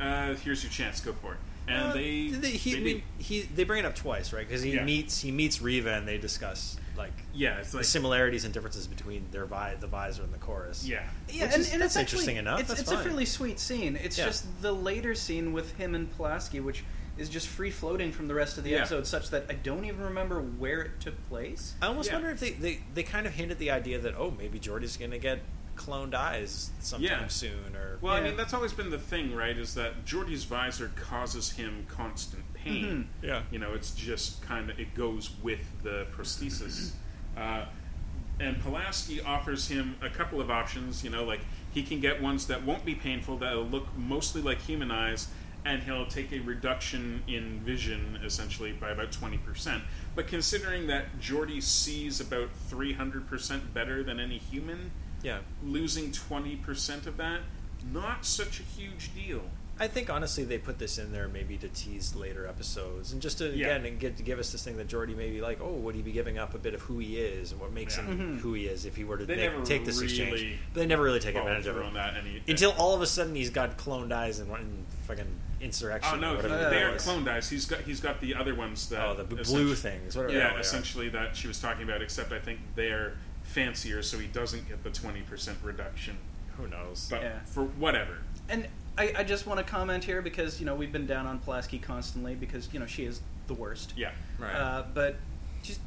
[SPEAKER 1] uh, here's your chance. Go for it. And
[SPEAKER 2] Uh,
[SPEAKER 1] they,
[SPEAKER 2] they, he,
[SPEAKER 1] they
[SPEAKER 2] we-
[SPEAKER 1] do.
[SPEAKER 2] he- they bring it up twice, right? Because he
[SPEAKER 1] Yeah.
[SPEAKER 2] meets he meets Reva and they discuss like,
[SPEAKER 1] yeah, it's
[SPEAKER 2] the
[SPEAKER 1] like
[SPEAKER 2] similarities and differences between their vi- the visor and the chorus.
[SPEAKER 1] yeah.
[SPEAKER 3] Yeah,
[SPEAKER 2] Which is-
[SPEAKER 3] and, and it's
[SPEAKER 2] that's
[SPEAKER 3] actually,
[SPEAKER 2] interesting enough,
[SPEAKER 3] It's,
[SPEAKER 2] that's
[SPEAKER 3] it's a
[SPEAKER 2] fine.
[SPEAKER 3] fairly sweet scene. It's
[SPEAKER 2] Yeah.
[SPEAKER 3] just the later scene with him and Pulaski, which is just free floating from the rest of the
[SPEAKER 1] Yeah.
[SPEAKER 3] episode, such that I don't even remember where it took place.
[SPEAKER 2] I almost
[SPEAKER 1] Yeah.
[SPEAKER 2] wonder if they, they they kind of hinted the idea that oh maybe Jordy's going to get cloned eyes sometime
[SPEAKER 1] Yeah.
[SPEAKER 2] soon or
[SPEAKER 1] Well,
[SPEAKER 3] Yeah.
[SPEAKER 1] I mean, that's always been the thing, right? Is that Geordie's visor causes him constant pain.
[SPEAKER 2] yeah
[SPEAKER 1] You know, it's just kind of, it goes with the prosthesis. uh, and Pulaski offers him a couple of options, you know, like he can get ones that won't be painful, that'll look mostly like human eyes, and he'll take a reduction in vision, essentially, by about 20%. But considering that Geordie sees about 300% better than any human,
[SPEAKER 2] yeah.
[SPEAKER 1] losing 20% of that, not such a huge deal.
[SPEAKER 2] I think honestly they put this in there maybe to tease later episodes and just to
[SPEAKER 1] Yeah.
[SPEAKER 2] again and get to give us this thing that Jordy maybe like oh would he be giving up a bit of who he is and what makes
[SPEAKER 1] Yeah.
[SPEAKER 2] him
[SPEAKER 3] Mhm.
[SPEAKER 2] who he is if he were to
[SPEAKER 1] They
[SPEAKER 2] make-
[SPEAKER 1] never
[SPEAKER 2] take this exchange
[SPEAKER 1] really
[SPEAKER 2] but they never really take
[SPEAKER 1] Follow
[SPEAKER 2] advantage of
[SPEAKER 1] through
[SPEAKER 2] it
[SPEAKER 1] on that any- uh,
[SPEAKER 2] until all of a sudden he's got cloned eyes and, and fucking insurrection
[SPEAKER 1] Oh
[SPEAKER 2] or
[SPEAKER 1] no,
[SPEAKER 2] whatever
[SPEAKER 3] that
[SPEAKER 1] they
[SPEAKER 2] it
[SPEAKER 1] are
[SPEAKER 2] was.
[SPEAKER 1] clone dice. He's got he's got the other ones that
[SPEAKER 2] oh the b- blue
[SPEAKER 1] essentially-
[SPEAKER 2] things whatever the hell
[SPEAKER 1] Yeah,
[SPEAKER 2] they are.
[SPEAKER 1] essentially that she was talking about. Except I think they're fancier, so he doesn't get the twenty percent reduction.
[SPEAKER 2] who knows
[SPEAKER 1] But
[SPEAKER 3] Yeah.
[SPEAKER 1] for whatever,
[SPEAKER 3] And I, I just want to comment here because you know we've been
[SPEAKER 2] Uh,
[SPEAKER 3] down on Pulaski constantly because you know she is the worst.
[SPEAKER 1] yeah,
[SPEAKER 2] right
[SPEAKER 3] Uh, but just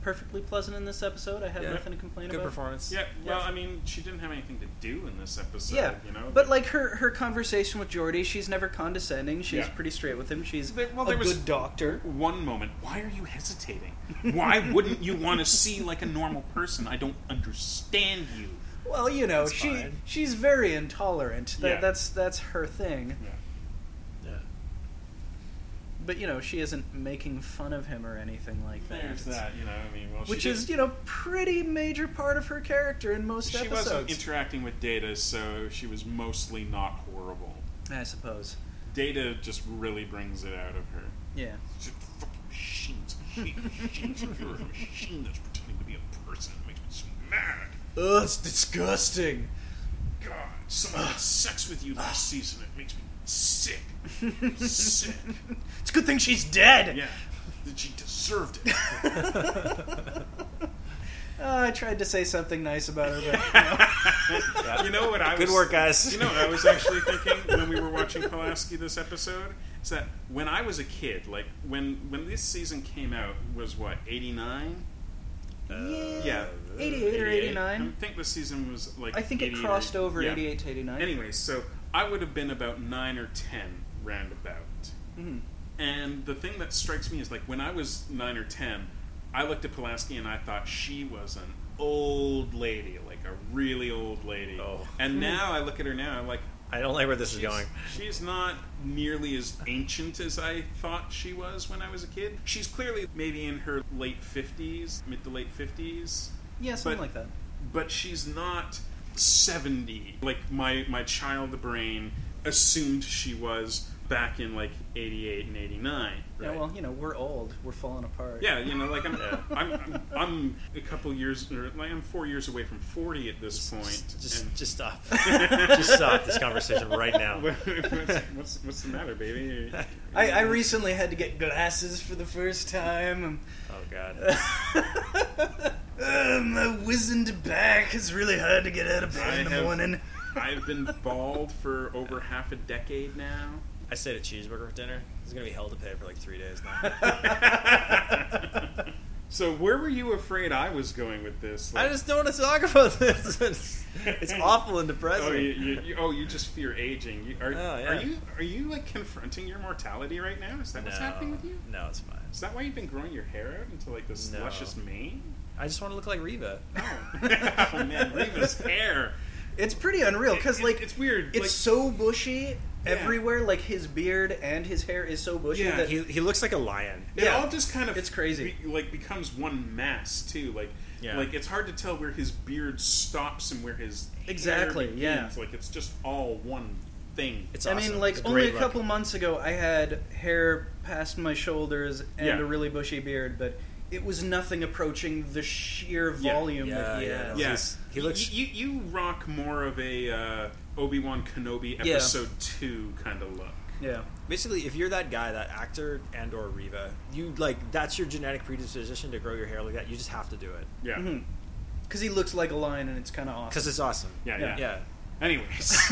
[SPEAKER 3] perfectly pleasant in this episode. I have
[SPEAKER 2] Yeah.
[SPEAKER 3] nothing to complain
[SPEAKER 2] Good
[SPEAKER 3] about.
[SPEAKER 2] performance.
[SPEAKER 1] Yeah, well,
[SPEAKER 3] Yes.
[SPEAKER 1] I mean, she didn't have anything to do in this episode.
[SPEAKER 2] uh,
[SPEAKER 3] yeah,
[SPEAKER 1] you know.
[SPEAKER 3] but like her her conversation with Jordy, she's never condescending. She's
[SPEAKER 1] Yeah.
[SPEAKER 3] pretty straight with him. She's
[SPEAKER 1] There- well,
[SPEAKER 3] a
[SPEAKER 1] there was-
[SPEAKER 3] good doctor.
[SPEAKER 1] one moment, why are you hesitating? Why wouldn't you want to see like a normal person? I don't understand you.
[SPEAKER 3] Well, you know,
[SPEAKER 2] That's
[SPEAKER 3] she
[SPEAKER 2] fine.
[SPEAKER 3] she's very intolerant. That,
[SPEAKER 1] Yeah.
[SPEAKER 3] That's that's her thing.
[SPEAKER 1] Yeah.
[SPEAKER 2] Yeah.
[SPEAKER 3] But you know, she isn't making fun of him or anything like that.
[SPEAKER 1] There's
[SPEAKER 3] It's-
[SPEAKER 1] that, you know. I mean, well, she
[SPEAKER 3] Which
[SPEAKER 1] did-
[SPEAKER 3] is you know pretty major part of her character in most
[SPEAKER 1] she
[SPEAKER 3] episodes.
[SPEAKER 1] wasn't interacting with Data, so she was mostly not horrible.
[SPEAKER 3] I suppose.
[SPEAKER 1] Data just really brings it out of her. [LAUGHS]
[SPEAKER 3] Yeah.
[SPEAKER 1] She's a fucking machine. It's a machine. Machines. You're a machine that's pretending to be a person. It makes me so mad.
[SPEAKER 2] Ugh, it's disgusting.
[SPEAKER 1] God, someone had sex with you last season. It makes me sick.
[SPEAKER 3] [LAUGHS]
[SPEAKER 1] sick.
[SPEAKER 3] It's a good thing she's dead.
[SPEAKER 1] Yeah. That she deserved it.
[SPEAKER 3] [LAUGHS] Uh, I tried to say something nice about
[SPEAKER 1] [LAUGHS]
[SPEAKER 3] her, but you know.
[SPEAKER 1] [LAUGHS] You know what I was
[SPEAKER 2] Good work, guys.
[SPEAKER 1] You know what I
[SPEAKER 2] [LAUGHS]
[SPEAKER 1] was actually thinking when we were watching Pulaski this episode? Is that when I was a kid, like when when this season came out was what, eighty nine? yeah.
[SPEAKER 3] 88 or
[SPEAKER 1] I
[SPEAKER 3] 89.
[SPEAKER 1] think the season was like
[SPEAKER 3] I think it
[SPEAKER 1] 88 or-
[SPEAKER 3] crossed over
[SPEAKER 1] yeah.
[SPEAKER 3] 88 to 89.
[SPEAKER 1] Anyway, so I would have been about nine or ten roundabout.
[SPEAKER 3] Mhm.
[SPEAKER 1] And the thing that strikes me is like when I was nine or ten, I looked at Pulaski and I thought she was an old lady, like a really old lady.
[SPEAKER 2] Oh.
[SPEAKER 1] And now I look at her now, I'm like,
[SPEAKER 2] I don't like where this is
[SPEAKER 1] she's,
[SPEAKER 2] going.
[SPEAKER 1] she's not nearly as ancient as I thought she was when I was a kid. She's clearly maybe in her late fifties, mid to late fifties
[SPEAKER 3] Yeah, something
[SPEAKER 1] But-
[SPEAKER 3] like that.
[SPEAKER 1] but she's not 70 like my my child brain assumed she was back in like 88 and 89 right?
[SPEAKER 3] Yeah, well, you know, we're old. We're falling apart.
[SPEAKER 1] Yeah, you know like
[SPEAKER 3] [LAUGHS]
[SPEAKER 1] I'm,
[SPEAKER 2] Yeah.
[SPEAKER 1] I'm, I'm i'm a couple years or like i'm four years away from 40 at this point
[SPEAKER 2] Just,
[SPEAKER 1] and-
[SPEAKER 2] just stop. just stop this conversation right now.
[SPEAKER 1] [LAUGHS] what's, what's, what's the matter baby
[SPEAKER 2] [LAUGHS]
[SPEAKER 3] I, I recently had to get glasses for the first time.
[SPEAKER 2] Oh God.
[SPEAKER 3] [LAUGHS] Uh, my wizened back is really hard to get out of
[SPEAKER 1] I
[SPEAKER 3] bed in the
[SPEAKER 1] have-
[SPEAKER 3] morning.
[SPEAKER 1] [LAUGHS] i've been bald for over half a decade now
[SPEAKER 2] I said a cheeseburger for dinner. It's gonna be hell to pay for like three days
[SPEAKER 1] [LAUGHS]
[SPEAKER 2] now.
[SPEAKER 1] [LAUGHS] so where were you afraid i was going with this
[SPEAKER 2] I
[SPEAKER 1] Like-
[SPEAKER 2] just don't want to talk about this. [LAUGHS] It's, it's awful and depressing.
[SPEAKER 1] Oh, you, you, you, oh, you just fear aging. You, are,
[SPEAKER 2] Oh, yeah.
[SPEAKER 1] are you are you like confronting your mortality right now? Is that what's
[SPEAKER 2] No.
[SPEAKER 1] happening with you?
[SPEAKER 2] No, it's fine.
[SPEAKER 1] Is that why you've been growing your hair out into like this
[SPEAKER 2] No.
[SPEAKER 1] luscious
[SPEAKER 2] [LAUGHS]
[SPEAKER 1] mane?
[SPEAKER 2] I just want to look like Reva.
[SPEAKER 1] No, oh, [LAUGHS] man, Reva's hair.
[SPEAKER 3] It's pretty unreal because,
[SPEAKER 1] It-
[SPEAKER 3] like,
[SPEAKER 1] it's weird.
[SPEAKER 3] it's
[SPEAKER 1] like,
[SPEAKER 3] so bushy everywhere. Like his beard and his hair is so bushy
[SPEAKER 1] Yeah,
[SPEAKER 2] [LAUGHS]
[SPEAKER 3] that
[SPEAKER 2] He, he looks like a lion.
[SPEAKER 1] it
[SPEAKER 3] yeah.
[SPEAKER 1] all just kind of
[SPEAKER 3] It's crazy.
[SPEAKER 1] be- like becomes one mass too. Like
[SPEAKER 2] Yeah.
[SPEAKER 1] like it's hard to tell where his beard stops and where his hair
[SPEAKER 3] Exactly, yeah.
[SPEAKER 1] begins. Like it's just all one thing.
[SPEAKER 2] It's
[SPEAKER 3] I
[SPEAKER 2] awesome.
[SPEAKER 3] mean,
[SPEAKER 2] It's
[SPEAKER 3] like only
[SPEAKER 2] great
[SPEAKER 3] a
[SPEAKER 2] look.
[SPEAKER 3] couple months ago, I had hair past my shoulders and
[SPEAKER 1] Yeah.
[SPEAKER 3] a really bushy beard, but it was nothing approaching the sheer
[SPEAKER 1] Yeah.
[SPEAKER 3] volume
[SPEAKER 2] Yeah,
[SPEAKER 3] that he
[SPEAKER 2] yeah,
[SPEAKER 3] has.
[SPEAKER 2] yeah.
[SPEAKER 1] Yes,
[SPEAKER 2] He looks-
[SPEAKER 1] You, you, you rock more of a uh, Obi Wan Kenobi
[SPEAKER 3] Yeah.
[SPEAKER 1] episode two kind of look.
[SPEAKER 3] Yeah.
[SPEAKER 2] Basically, if you're that guy, that actor and or Reva, you like that's your genetic predisposition to grow your hair like that. You just have to do it
[SPEAKER 1] Yeah.
[SPEAKER 3] Because he looks like a lion, and it's kind of awesome.
[SPEAKER 2] because it's awesome.
[SPEAKER 1] yeah, yeah,
[SPEAKER 3] Yeah.
[SPEAKER 2] yeah.
[SPEAKER 1] [LAUGHS] Anyways,
[SPEAKER 3] [LAUGHS]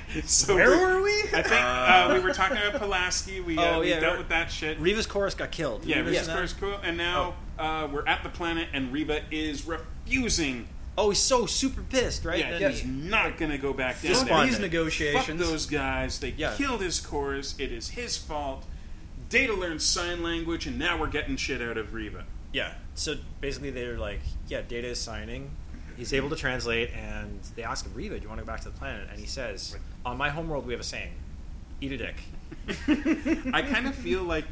[SPEAKER 1] [LAUGHS] so
[SPEAKER 3] Where
[SPEAKER 1] we're-
[SPEAKER 3] were we?
[SPEAKER 1] I think uh, we were talking about Pulaski. We, uh,
[SPEAKER 2] Oh,
[SPEAKER 1] we
[SPEAKER 2] yeah,
[SPEAKER 1] dealt
[SPEAKER 2] right.
[SPEAKER 1] with that shit.
[SPEAKER 2] Reva's chorus got killed.
[SPEAKER 1] yeah,
[SPEAKER 2] Remember
[SPEAKER 1] Reva's
[SPEAKER 2] that?
[SPEAKER 1] is cool, and now
[SPEAKER 3] Oh.
[SPEAKER 1] uh, we're at the planet, and Reva is refusing.
[SPEAKER 2] Oh, he's so super pissed, right?
[SPEAKER 1] Yeah,
[SPEAKER 2] And
[SPEAKER 3] yeah.
[SPEAKER 1] he's
[SPEAKER 2] he-
[SPEAKER 1] not gonna go back down.
[SPEAKER 2] Fist
[SPEAKER 1] there.
[SPEAKER 2] bump.
[SPEAKER 3] Fuck these
[SPEAKER 2] Fuck
[SPEAKER 1] Fuck
[SPEAKER 3] negotiations.
[SPEAKER 1] those guys. They
[SPEAKER 2] Yeah.
[SPEAKER 1] killed his chorus. It is his fault. Data learned sign language, and now we're getting shit out of Reva.
[SPEAKER 2] yeah. So basically, they're like, yeah, Data is signing. He's able to translate, and they ask him, Reva, do you want to go back to the planet? And he says,
[SPEAKER 1] Right.
[SPEAKER 2] on my homeworld, we have a saying, eat a dick.
[SPEAKER 1] I kind of feel like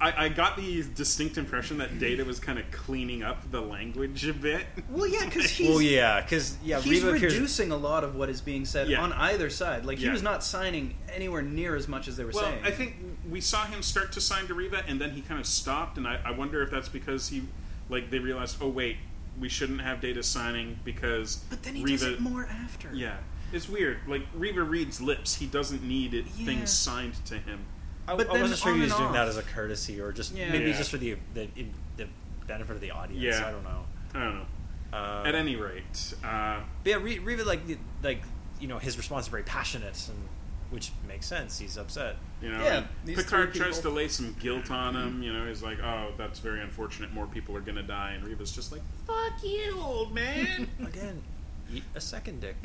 [SPEAKER 1] I, I got the distinct impression that Data was kind of cleaning up the language a bit.
[SPEAKER 3] Well, yeah, because he's.
[SPEAKER 2] Oh yeah, because yeah,
[SPEAKER 3] He's
[SPEAKER 2] Reva appears.
[SPEAKER 3] reducing a lot of what is being said
[SPEAKER 1] Yeah.
[SPEAKER 3] on either side. Like
[SPEAKER 1] Yeah.
[SPEAKER 3] he was not signing anywhere near as much as they were
[SPEAKER 1] Well,
[SPEAKER 3] saying.
[SPEAKER 1] I think we saw him start to sign to Reva, and then he kind of stopped. And I, I wonder if that's because he, like, they realized, oh wait, we shouldn't have Data signing because
[SPEAKER 3] but then he
[SPEAKER 1] Reva.
[SPEAKER 3] does it more after.
[SPEAKER 1] Yeah, it's weird. Like Reva reads lips; he doesn't need it,
[SPEAKER 3] Yeah.
[SPEAKER 1] things signed to him.
[SPEAKER 2] I,
[SPEAKER 3] But
[SPEAKER 2] I
[SPEAKER 3] then
[SPEAKER 2] wasn't sure if
[SPEAKER 3] on
[SPEAKER 2] he was
[SPEAKER 3] and
[SPEAKER 2] doing that
[SPEAKER 3] off.
[SPEAKER 2] as a courtesy or just
[SPEAKER 3] Yeah.
[SPEAKER 2] maybe
[SPEAKER 1] Yeah.
[SPEAKER 2] just for the the, in- the benefit of the audience.
[SPEAKER 1] Yeah.
[SPEAKER 2] I don't know.
[SPEAKER 1] I don't know.
[SPEAKER 2] Uh,
[SPEAKER 1] At any rate, uh,
[SPEAKER 2] but yeah, Re- Reva like the- like you know his response is very passionate and which makes sense. He's upset.
[SPEAKER 1] You know,
[SPEAKER 3] Yeah,
[SPEAKER 1] and
[SPEAKER 3] these
[SPEAKER 1] Picard
[SPEAKER 3] three
[SPEAKER 1] tries to
[SPEAKER 3] people-
[SPEAKER 1] lay some guilt on him. You know, he's like, "Oh, that's very unfortunate. More people are gonna die." And Reva's just like, "Fuck you, old man."
[SPEAKER 2] Again, eat a second dick.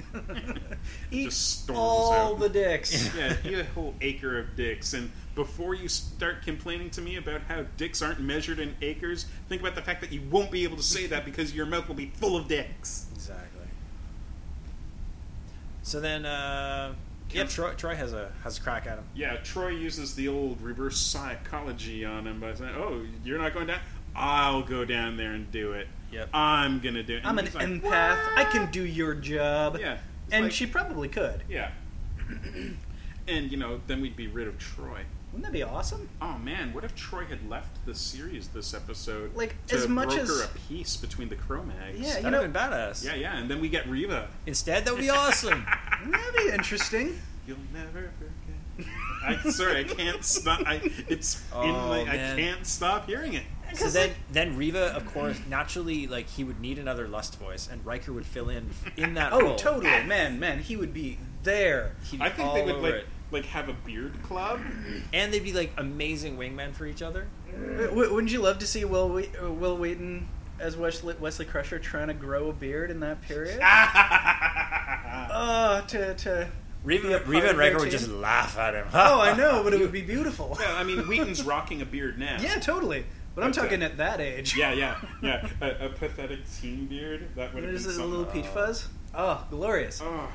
[SPEAKER 3] Eat
[SPEAKER 1] Just storms
[SPEAKER 3] all
[SPEAKER 1] out.
[SPEAKER 3] the dicks.
[SPEAKER 1] [LAUGHS] yeah, eat a whole acre of dicks. And before you start complaining to me about how dicks aren't measured in acres, think about the fact that you won't be able to say that because your mouth will be full of dicks.
[SPEAKER 2] Exactly. So then, uh, yeah,
[SPEAKER 1] Yep.
[SPEAKER 2] Troy, Troy has a has a crack at him.
[SPEAKER 1] Yeah, Troy uses the old reverse psychology on him by saying, "Oh, you're not going down. I'll go down there and do it.
[SPEAKER 2] Yep.
[SPEAKER 1] I'm gonna do it." And
[SPEAKER 3] I'm an
[SPEAKER 1] he's like,
[SPEAKER 3] empath. I can do your job.
[SPEAKER 1] Yeah, it's
[SPEAKER 3] and
[SPEAKER 1] like-
[SPEAKER 3] she probably could.
[SPEAKER 1] Yeah. [CLEARS THROAT] and you know, then we'd be rid of Troy.
[SPEAKER 3] Wouldn't that be awesome?
[SPEAKER 1] Oh man, what if Troy had left the series this episode?
[SPEAKER 3] Like,
[SPEAKER 1] to
[SPEAKER 3] as much
[SPEAKER 1] broker
[SPEAKER 3] as-
[SPEAKER 1] a peace between the Cro-Mags.
[SPEAKER 3] Yeah,
[SPEAKER 2] That'd
[SPEAKER 3] you know-
[SPEAKER 2] have been badass.
[SPEAKER 1] yeah, yeah, and then we get Reva.
[SPEAKER 2] Instead, that would be awesome.
[SPEAKER 3] Wouldn't that
[SPEAKER 1] [LAUGHS]
[SPEAKER 3] be interesting?
[SPEAKER 1] You'll never
[SPEAKER 3] [LAUGHS]
[SPEAKER 1] forget. I, sorry, I can't stop. I, it's in
[SPEAKER 2] Oh,
[SPEAKER 1] my, I
[SPEAKER 2] man.
[SPEAKER 1] can't stop hearing it.
[SPEAKER 2] so then, then Riva, of course, naturally, like he would need another lust voice, and Riker would fill in in that
[SPEAKER 3] [LAUGHS] Oh,
[SPEAKER 2] role.
[SPEAKER 3] totally. Man, man, he would be there.
[SPEAKER 2] He'd be
[SPEAKER 1] I think
[SPEAKER 2] all
[SPEAKER 1] they would
[SPEAKER 2] over
[SPEAKER 1] like
[SPEAKER 2] it.
[SPEAKER 1] like have a beard club.
[SPEAKER 2] and they'd be like amazing wingmen for each other.
[SPEAKER 3] W- w- wouldn't you love to see Will, we- uh, Will Wheaton as Wesley-, Wesley Crusher trying to grow a beard in that period?
[SPEAKER 1] Ah.
[SPEAKER 3] Oh, to, to.
[SPEAKER 2] Riva,
[SPEAKER 3] Yeah,
[SPEAKER 2] Riva and
[SPEAKER 3] part
[SPEAKER 2] Riker
[SPEAKER 3] of
[SPEAKER 2] would
[SPEAKER 3] their
[SPEAKER 2] just
[SPEAKER 3] team.
[SPEAKER 2] laugh at him.
[SPEAKER 3] Oh, I know, but it would be beautiful.
[SPEAKER 1] Well, I mean, Wheaton's rocking a beard now.
[SPEAKER 3] Yeah, totally. But I'm
[SPEAKER 1] That's
[SPEAKER 3] talking
[SPEAKER 1] it.
[SPEAKER 3] at that age.
[SPEAKER 1] yeah, yeah, yeah. A, a pathetic teen beard that would have been uh,
[SPEAKER 3] There's a
[SPEAKER 1] something.
[SPEAKER 3] little peach fuzz. Oh, glorious.
[SPEAKER 1] Oh.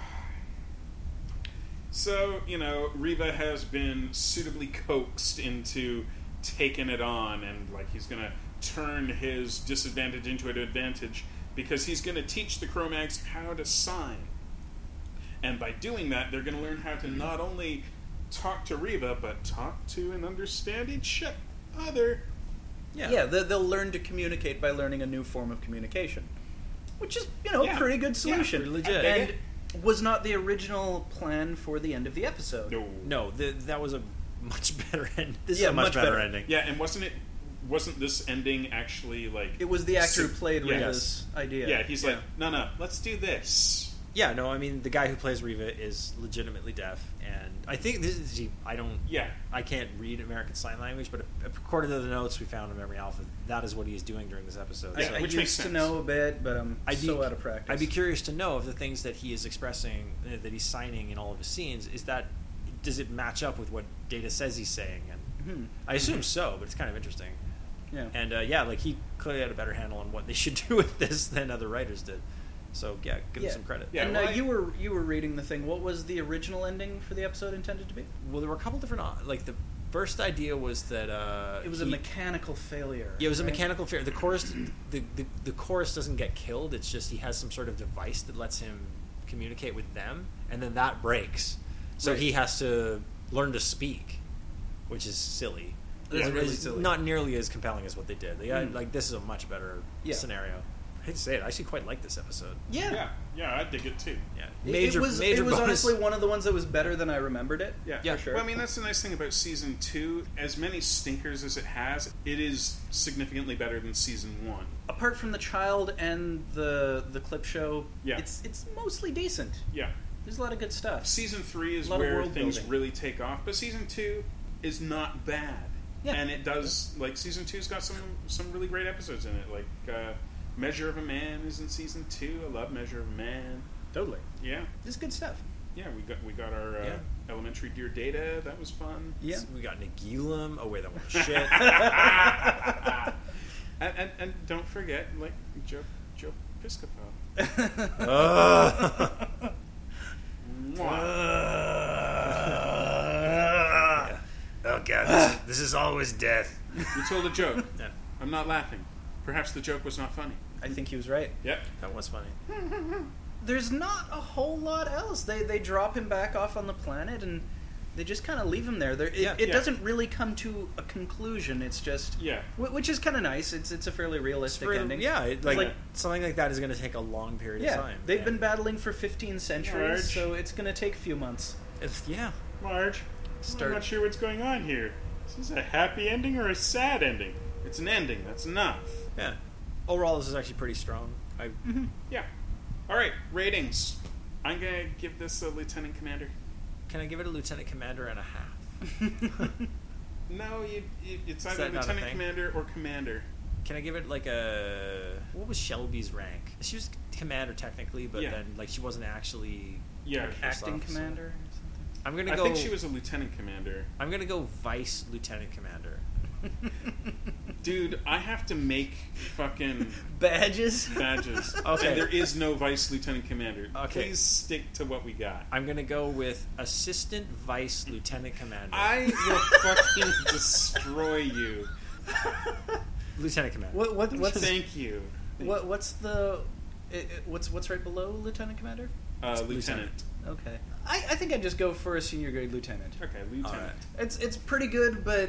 [SPEAKER 1] So, you know, Reba has been suitably coaxed into taking it on, and, like, he's going to turn his disadvantage into an advantage because he's going to teach the Chromags how to sign. And by doing that, they're going to learn how to not only talk to Reba, but talk to and understand each other.
[SPEAKER 2] [LAUGHS] Yeah.
[SPEAKER 3] Yeah, they- they'll learn to communicate by learning a new form of communication, which is you know
[SPEAKER 1] Yeah.
[SPEAKER 3] a pretty
[SPEAKER 1] Yeah,
[SPEAKER 3] good solution.
[SPEAKER 2] pretty legit.
[SPEAKER 3] And was not the original plan for the end of the episode.
[SPEAKER 1] No.
[SPEAKER 2] No, th that was a much better end. This
[SPEAKER 3] Yeah,
[SPEAKER 2] is a much,
[SPEAKER 3] much
[SPEAKER 2] better,
[SPEAKER 3] better.
[SPEAKER 2] ending.
[SPEAKER 1] Yeah, and wasn't it. Wasn't this ending actually like.
[SPEAKER 3] It was the actor who
[SPEAKER 1] Su-
[SPEAKER 3] played with
[SPEAKER 1] yes.
[SPEAKER 3] this idea.
[SPEAKER 1] Yeah, he's like, no, no, let's do this.
[SPEAKER 2] Yeah, no, I mean the guy who plays Riva is legitimately deaf, and I think this is. he- I don't.
[SPEAKER 1] Yeah.
[SPEAKER 2] I can't read American Sign Language, but according to the notes we found in Memory Alpha, that is what he is doing during this episode.
[SPEAKER 3] I,
[SPEAKER 1] Yeah,
[SPEAKER 3] I
[SPEAKER 1] which
[SPEAKER 3] used
[SPEAKER 1] makes
[SPEAKER 3] to
[SPEAKER 1] sense.
[SPEAKER 3] know a bit, but I'm
[SPEAKER 2] I'd be-
[SPEAKER 3] so out of practice.
[SPEAKER 2] I'd be curious to know if the things that he is expressing, uh, that he's signing in all of his scenes, is that does it match up with what Data says he's saying? And
[SPEAKER 3] Mhm.
[SPEAKER 2] I assume so, but it's kind of interesting.
[SPEAKER 3] Yeah.
[SPEAKER 2] And uh, yeah, like he clearly had a better handle on what they should [LAUGHS] do with this than other writers did. So yeah, give
[SPEAKER 3] Yeah.
[SPEAKER 2] him some credit.
[SPEAKER 1] Yeah,
[SPEAKER 3] and
[SPEAKER 1] well,
[SPEAKER 3] uh,
[SPEAKER 1] I-
[SPEAKER 3] you were you were reading the thing. What was the original ending for the episode intended to be?
[SPEAKER 2] Well, there were a couple different o- like the first idea was that uh,
[SPEAKER 3] It was a
[SPEAKER 2] he-
[SPEAKER 3] mechanical failure.
[SPEAKER 2] Yeah, it was a
[SPEAKER 3] right?
[SPEAKER 2] mechanical failure. The chorus, the, the the chorus doesn't get killed. It's just he has some sort of device that lets him communicate with them, and then that breaks. So
[SPEAKER 3] Right.
[SPEAKER 2] he has to learn to speak, which is silly.
[SPEAKER 3] That's
[SPEAKER 2] It's-
[SPEAKER 3] really
[SPEAKER 2] it's
[SPEAKER 3] silly.
[SPEAKER 2] Not nearly as compelling as what they did. They had,
[SPEAKER 3] Mm.
[SPEAKER 2] like this is a much better
[SPEAKER 3] Yeah.
[SPEAKER 2] scenario. I hate to say it. I actually quite like this episode.
[SPEAKER 3] Yeah.
[SPEAKER 1] Yeah, yeah, I dig it too.
[SPEAKER 2] Yeah,
[SPEAKER 3] It-
[SPEAKER 2] major
[SPEAKER 3] it was,
[SPEAKER 2] major
[SPEAKER 3] it was
[SPEAKER 2] bonus.
[SPEAKER 3] honestly one of the ones that was better than I remembered it.
[SPEAKER 1] Yeah,
[SPEAKER 2] Yeah.
[SPEAKER 3] for sure.
[SPEAKER 1] Well, I mean, that's the nice thing about season two. As many stinkers as it has, it is significantly better than season one.
[SPEAKER 3] apart from the child and the the clip show,
[SPEAKER 1] Yeah.
[SPEAKER 3] it's it's mostly decent.
[SPEAKER 1] Yeah,
[SPEAKER 3] There's a lot of good stuff.
[SPEAKER 1] season three is
[SPEAKER 3] A lot of
[SPEAKER 1] where
[SPEAKER 3] world
[SPEAKER 1] things
[SPEAKER 3] building.
[SPEAKER 1] really take off, but season two is not bad.
[SPEAKER 3] Yeah.
[SPEAKER 1] and it does like season two's got some some really great episodes in it. Like uh, Measure of a Man is in season two. I love Measure of a Man.
[SPEAKER 3] totally,
[SPEAKER 1] Yeah,
[SPEAKER 3] it's
[SPEAKER 2] [LAUGHS]
[SPEAKER 3] good stuff.
[SPEAKER 1] yeah, we got we got our uh,
[SPEAKER 2] Yeah.
[SPEAKER 1] elementary dear data. That was fun.
[SPEAKER 3] Yeah.
[SPEAKER 2] we got Nagilum. Oh wait, that one was shit.
[SPEAKER 3] [LAUGHS]
[SPEAKER 1] [LAUGHS] And, and, and don't forget, like Joe Joe Piscopo.
[SPEAKER 2] Ah. Ugh.
[SPEAKER 1] Mwah.
[SPEAKER 2] Yeah. Oh god, this is, this is always death.
[SPEAKER 1] You told a joke.
[SPEAKER 2] Yeah,
[SPEAKER 1] I'm not laughing. Perhaps the joke was not funny.
[SPEAKER 3] [LAUGHS] I think he was right.
[SPEAKER 1] Yep.
[SPEAKER 2] that was funny.
[SPEAKER 3] There's not a whole lot else. They they drop him back off on the planet and they just kind of leave him there. there it
[SPEAKER 2] Yeah.
[SPEAKER 3] it
[SPEAKER 1] Yeah.
[SPEAKER 3] doesn't really come to a conclusion. It's just
[SPEAKER 1] Yeah.
[SPEAKER 3] wh- which is kind of nice. It's it's a fairly realistic ending.
[SPEAKER 2] Yeah, it, like,
[SPEAKER 1] like-
[SPEAKER 2] something like that is going to take a long period
[SPEAKER 3] Yeah,
[SPEAKER 2] of time.
[SPEAKER 3] they've
[SPEAKER 2] Yeah.
[SPEAKER 3] been battling for 15 centuries,
[SPEAKER 1] Marge.
[SPEAKER 3] so it's going to take a
[SPEAKER 2] [LAUGHS]
[SPEAKER 3] few months.
[SPEAKER 2] It's- yeah,
[SPEAKER 1] Marge,
[SPEAKER 3] Start-
[SPEAKER 1] I'm not sure what's going on here. Is this a happy ending or a sad ending? It's an ending. That's enough.
[SPEAKER 2] yeah. Overall, this is actually pretty strong. I
[SPEAKER 1] Yeah. All right. Ratings. I'm gonna give this a lieutenant commander.
[SPEAKER 2] Can I give it a lieutenant commander and a half?
[SPEAKER 1] No, you, you, it's
[SPEAKER 2] Is
[SPEAKER 1] either
[SPEAKER 2] that not a
[SPEAKER 1] lieutenant
[SPEAKER 2] thing?
[SPEAKER 1] commander or commander.
[SPEAKER 2] Can I give it like a what was Shelby's rank? She was commander technically, but
[SPEAKER 1] Yeah.
[SPEAKER 2] then like she wasn't actually.
[SPEAKER 1] Yeah.
[SPEAKER 2] like, first
[SPEAKER 3] Acting
[SPEAKER 2] officer.
[SPEAKER 3] commander or something.
[SPEAKER 2] I'm gonna
[SPEAKER 1] I
[SPEAKER 2] go.
[SPEAKER 1] think she was a lieutenant commander.
[SPEAKER 2] I'm gonna go vice lieutenant commander.
[SPEAKER 1] Dude, I have to make fucking
[SPEAKER 3] [LAUGHS] Badges? [LAUGHS]
[SPEAKER 1] badges.
[SPEAKER 2] Okay.
[SPEAKER 1] And there is no vice lieutenant commander.
[SPEAKER 2] Okay.
[SPEAKER 1] Please stick to what we got.
[SPEAKER 2] I'm gonna go with assistant vice lieutenant commander.
[SPEAKER 1] I will fucking destroy you.
[SPEAKER 2] lieutenant commander.
[SPEAKER 3] What, what, what's,
[SPEAKER 1] Thank you. Thank
[SPEAKER 3] what, what's the. i i what's, what's right below Lieutenant Commander?
[SPEAKER 1] you. Uh, lieutenant.
[SPEAKER 2] Lieutenant.
[SPEAKER 3] Okay. I, I think I'd just go for a senior grade lieutenant.
[SPEAKER 1] Okay, lieutenant.
[SPEAKER 2] Alright.
[SPEAKER 3] It's it's pretty good, but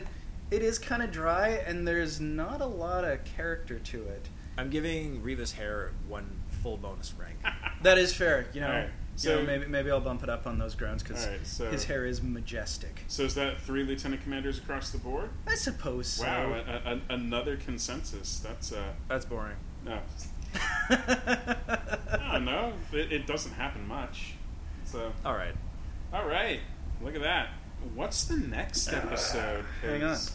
[SPEAKER 3] it is kind of dry, and there's not a lot of character to it.
[SPEAKER 2] I'm giving Riva's hair one full bonus
[SPEAKER 3] [LAUGHS]
[SPEAKER 2] rank.
[SPEAKER 1] [LAUGHS]
[SPEAKER 3] That is fair, you know.
[SPEAKER 1] Alright,
[SPEAKER 3] So
[SPEAKER 1] so-
[SPEAKER 3] maybe maybe I'll bump it up on those grounds because
[SPEAKER 1] Alright, so-
[SPEAKER 3] his hair is majestic.
[SPEAKER 1] So is that three lieutenant commanders across the board?
[SPEAKER 3] I suppose. So. [LAUGHS]
[SPEAKER 1] Wow, a, a, another consensus. That's uh
[SPEAKER 2] That's boring.
[SPEAKER 1] no.
[SPEAKER 3] [LAUGHS]
[SPEAKER 1] I don't know. It, it doesn't happen much. So
[SPEAKER 2] All right.
[SPEAKER 1] all right, look at that. What's the
[SPEAKER 2] Ah,
[SPEAKER 1] next episode? uh,
[SPEAKER 3] Hang on.
[SPEAKER 1] 'Cause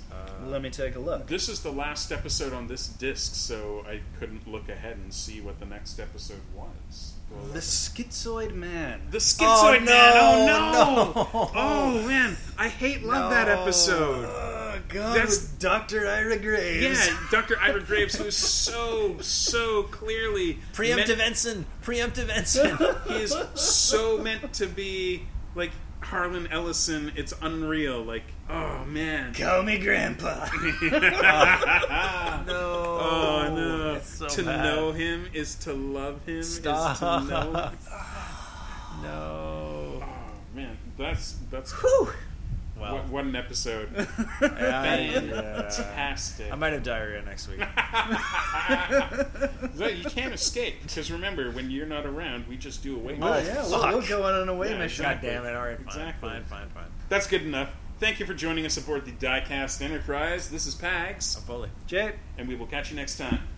[SPEAKER 3] Let me take a look.
[SPEAKER 1] This is the last episode on this disc, so I couldn't look ahead and see what the next episode was. Well,
[SPEAKER 3] The Schizoid Man.
[SPEAKER 1] The Schizoid
[SPEAKER 2] Oh,
[SPEAKER 1] Man. Oh
[SPEAKER 2] no,
[SPEAKER 1] no!
[SPEAKER 2] no.
[SPEAKER 1] Oh man, I hate love that episode.
[SPEAKER 3] Oh, God.
[SPEAKER 1] That's-
[SPEAKER 3] with Dr. Ira Graves.
[SPEAKER 1] Yeah, Dr. Ivor Graves, who's so so clearly
[SPEAKER 2] Preemptive
[SPEAKER 1] meant-
[SPEAKER 2] ensign. Preemptive ensign.
[SPEAKER 1] he is so meant to be like Harlan Ellison. It's unreal. Like, oh man.
[SPEAKER 3] [LAUGHS] Call me Grandpa.
[SPEAKER 2] no.
[SPEAKER 1] Oh no!
[SPEAKER 2] It's so
[SPEAKER 1] to
[SPEAKER 2] bad.
[SPEAKER 1] know him is to love him. Is to
[SPEAKER 2] Stop.
[SPEAKER 1] know.
[SPEAKER 2] [LAUGHS] No.
[SPEAKER 1] Oh man, that's that's
[SPEAKER 3] Whew.
[SPEAKER 2] Well,
[SPEAKER 1] what, what an episode!
[SPEAKER 2] [LAUGHS]
[SPEAKER 3] [LAUGHS]
[SPEAKER 2] I, yeah.
[SPEAKER 1] Fantastic.
[SPEAKER 2] I
[SPEAKER 1] [LAUGHS]
[SPEAKER 2] might have diarrhea next week.
[SPEAKER 1] So you can't escape because remember, when you're not around, we just do away. with
[SPEAKER 3] Oh,
[SPEAKER 1] it.
[SPEAKER 3] yeah, we'll, we'll go on an away
[SPEAKER 1] Yeah,
[SPEAKER 3] mission.
[SPEAKER 2] God damn it. All right. Fine.
[SPEAKER 1] Exactly.
[SPEAKER 2] Fine. Fine. Fine.
[SPEAKER 1] That's good enough. Thank you for joining us aboard the Diecast Enterprise. This is Pags,
[SPEAKER 2] I'm fully.
[SPEAKER 3] Jake.
[SPEAKER 1] and we will catch you next time.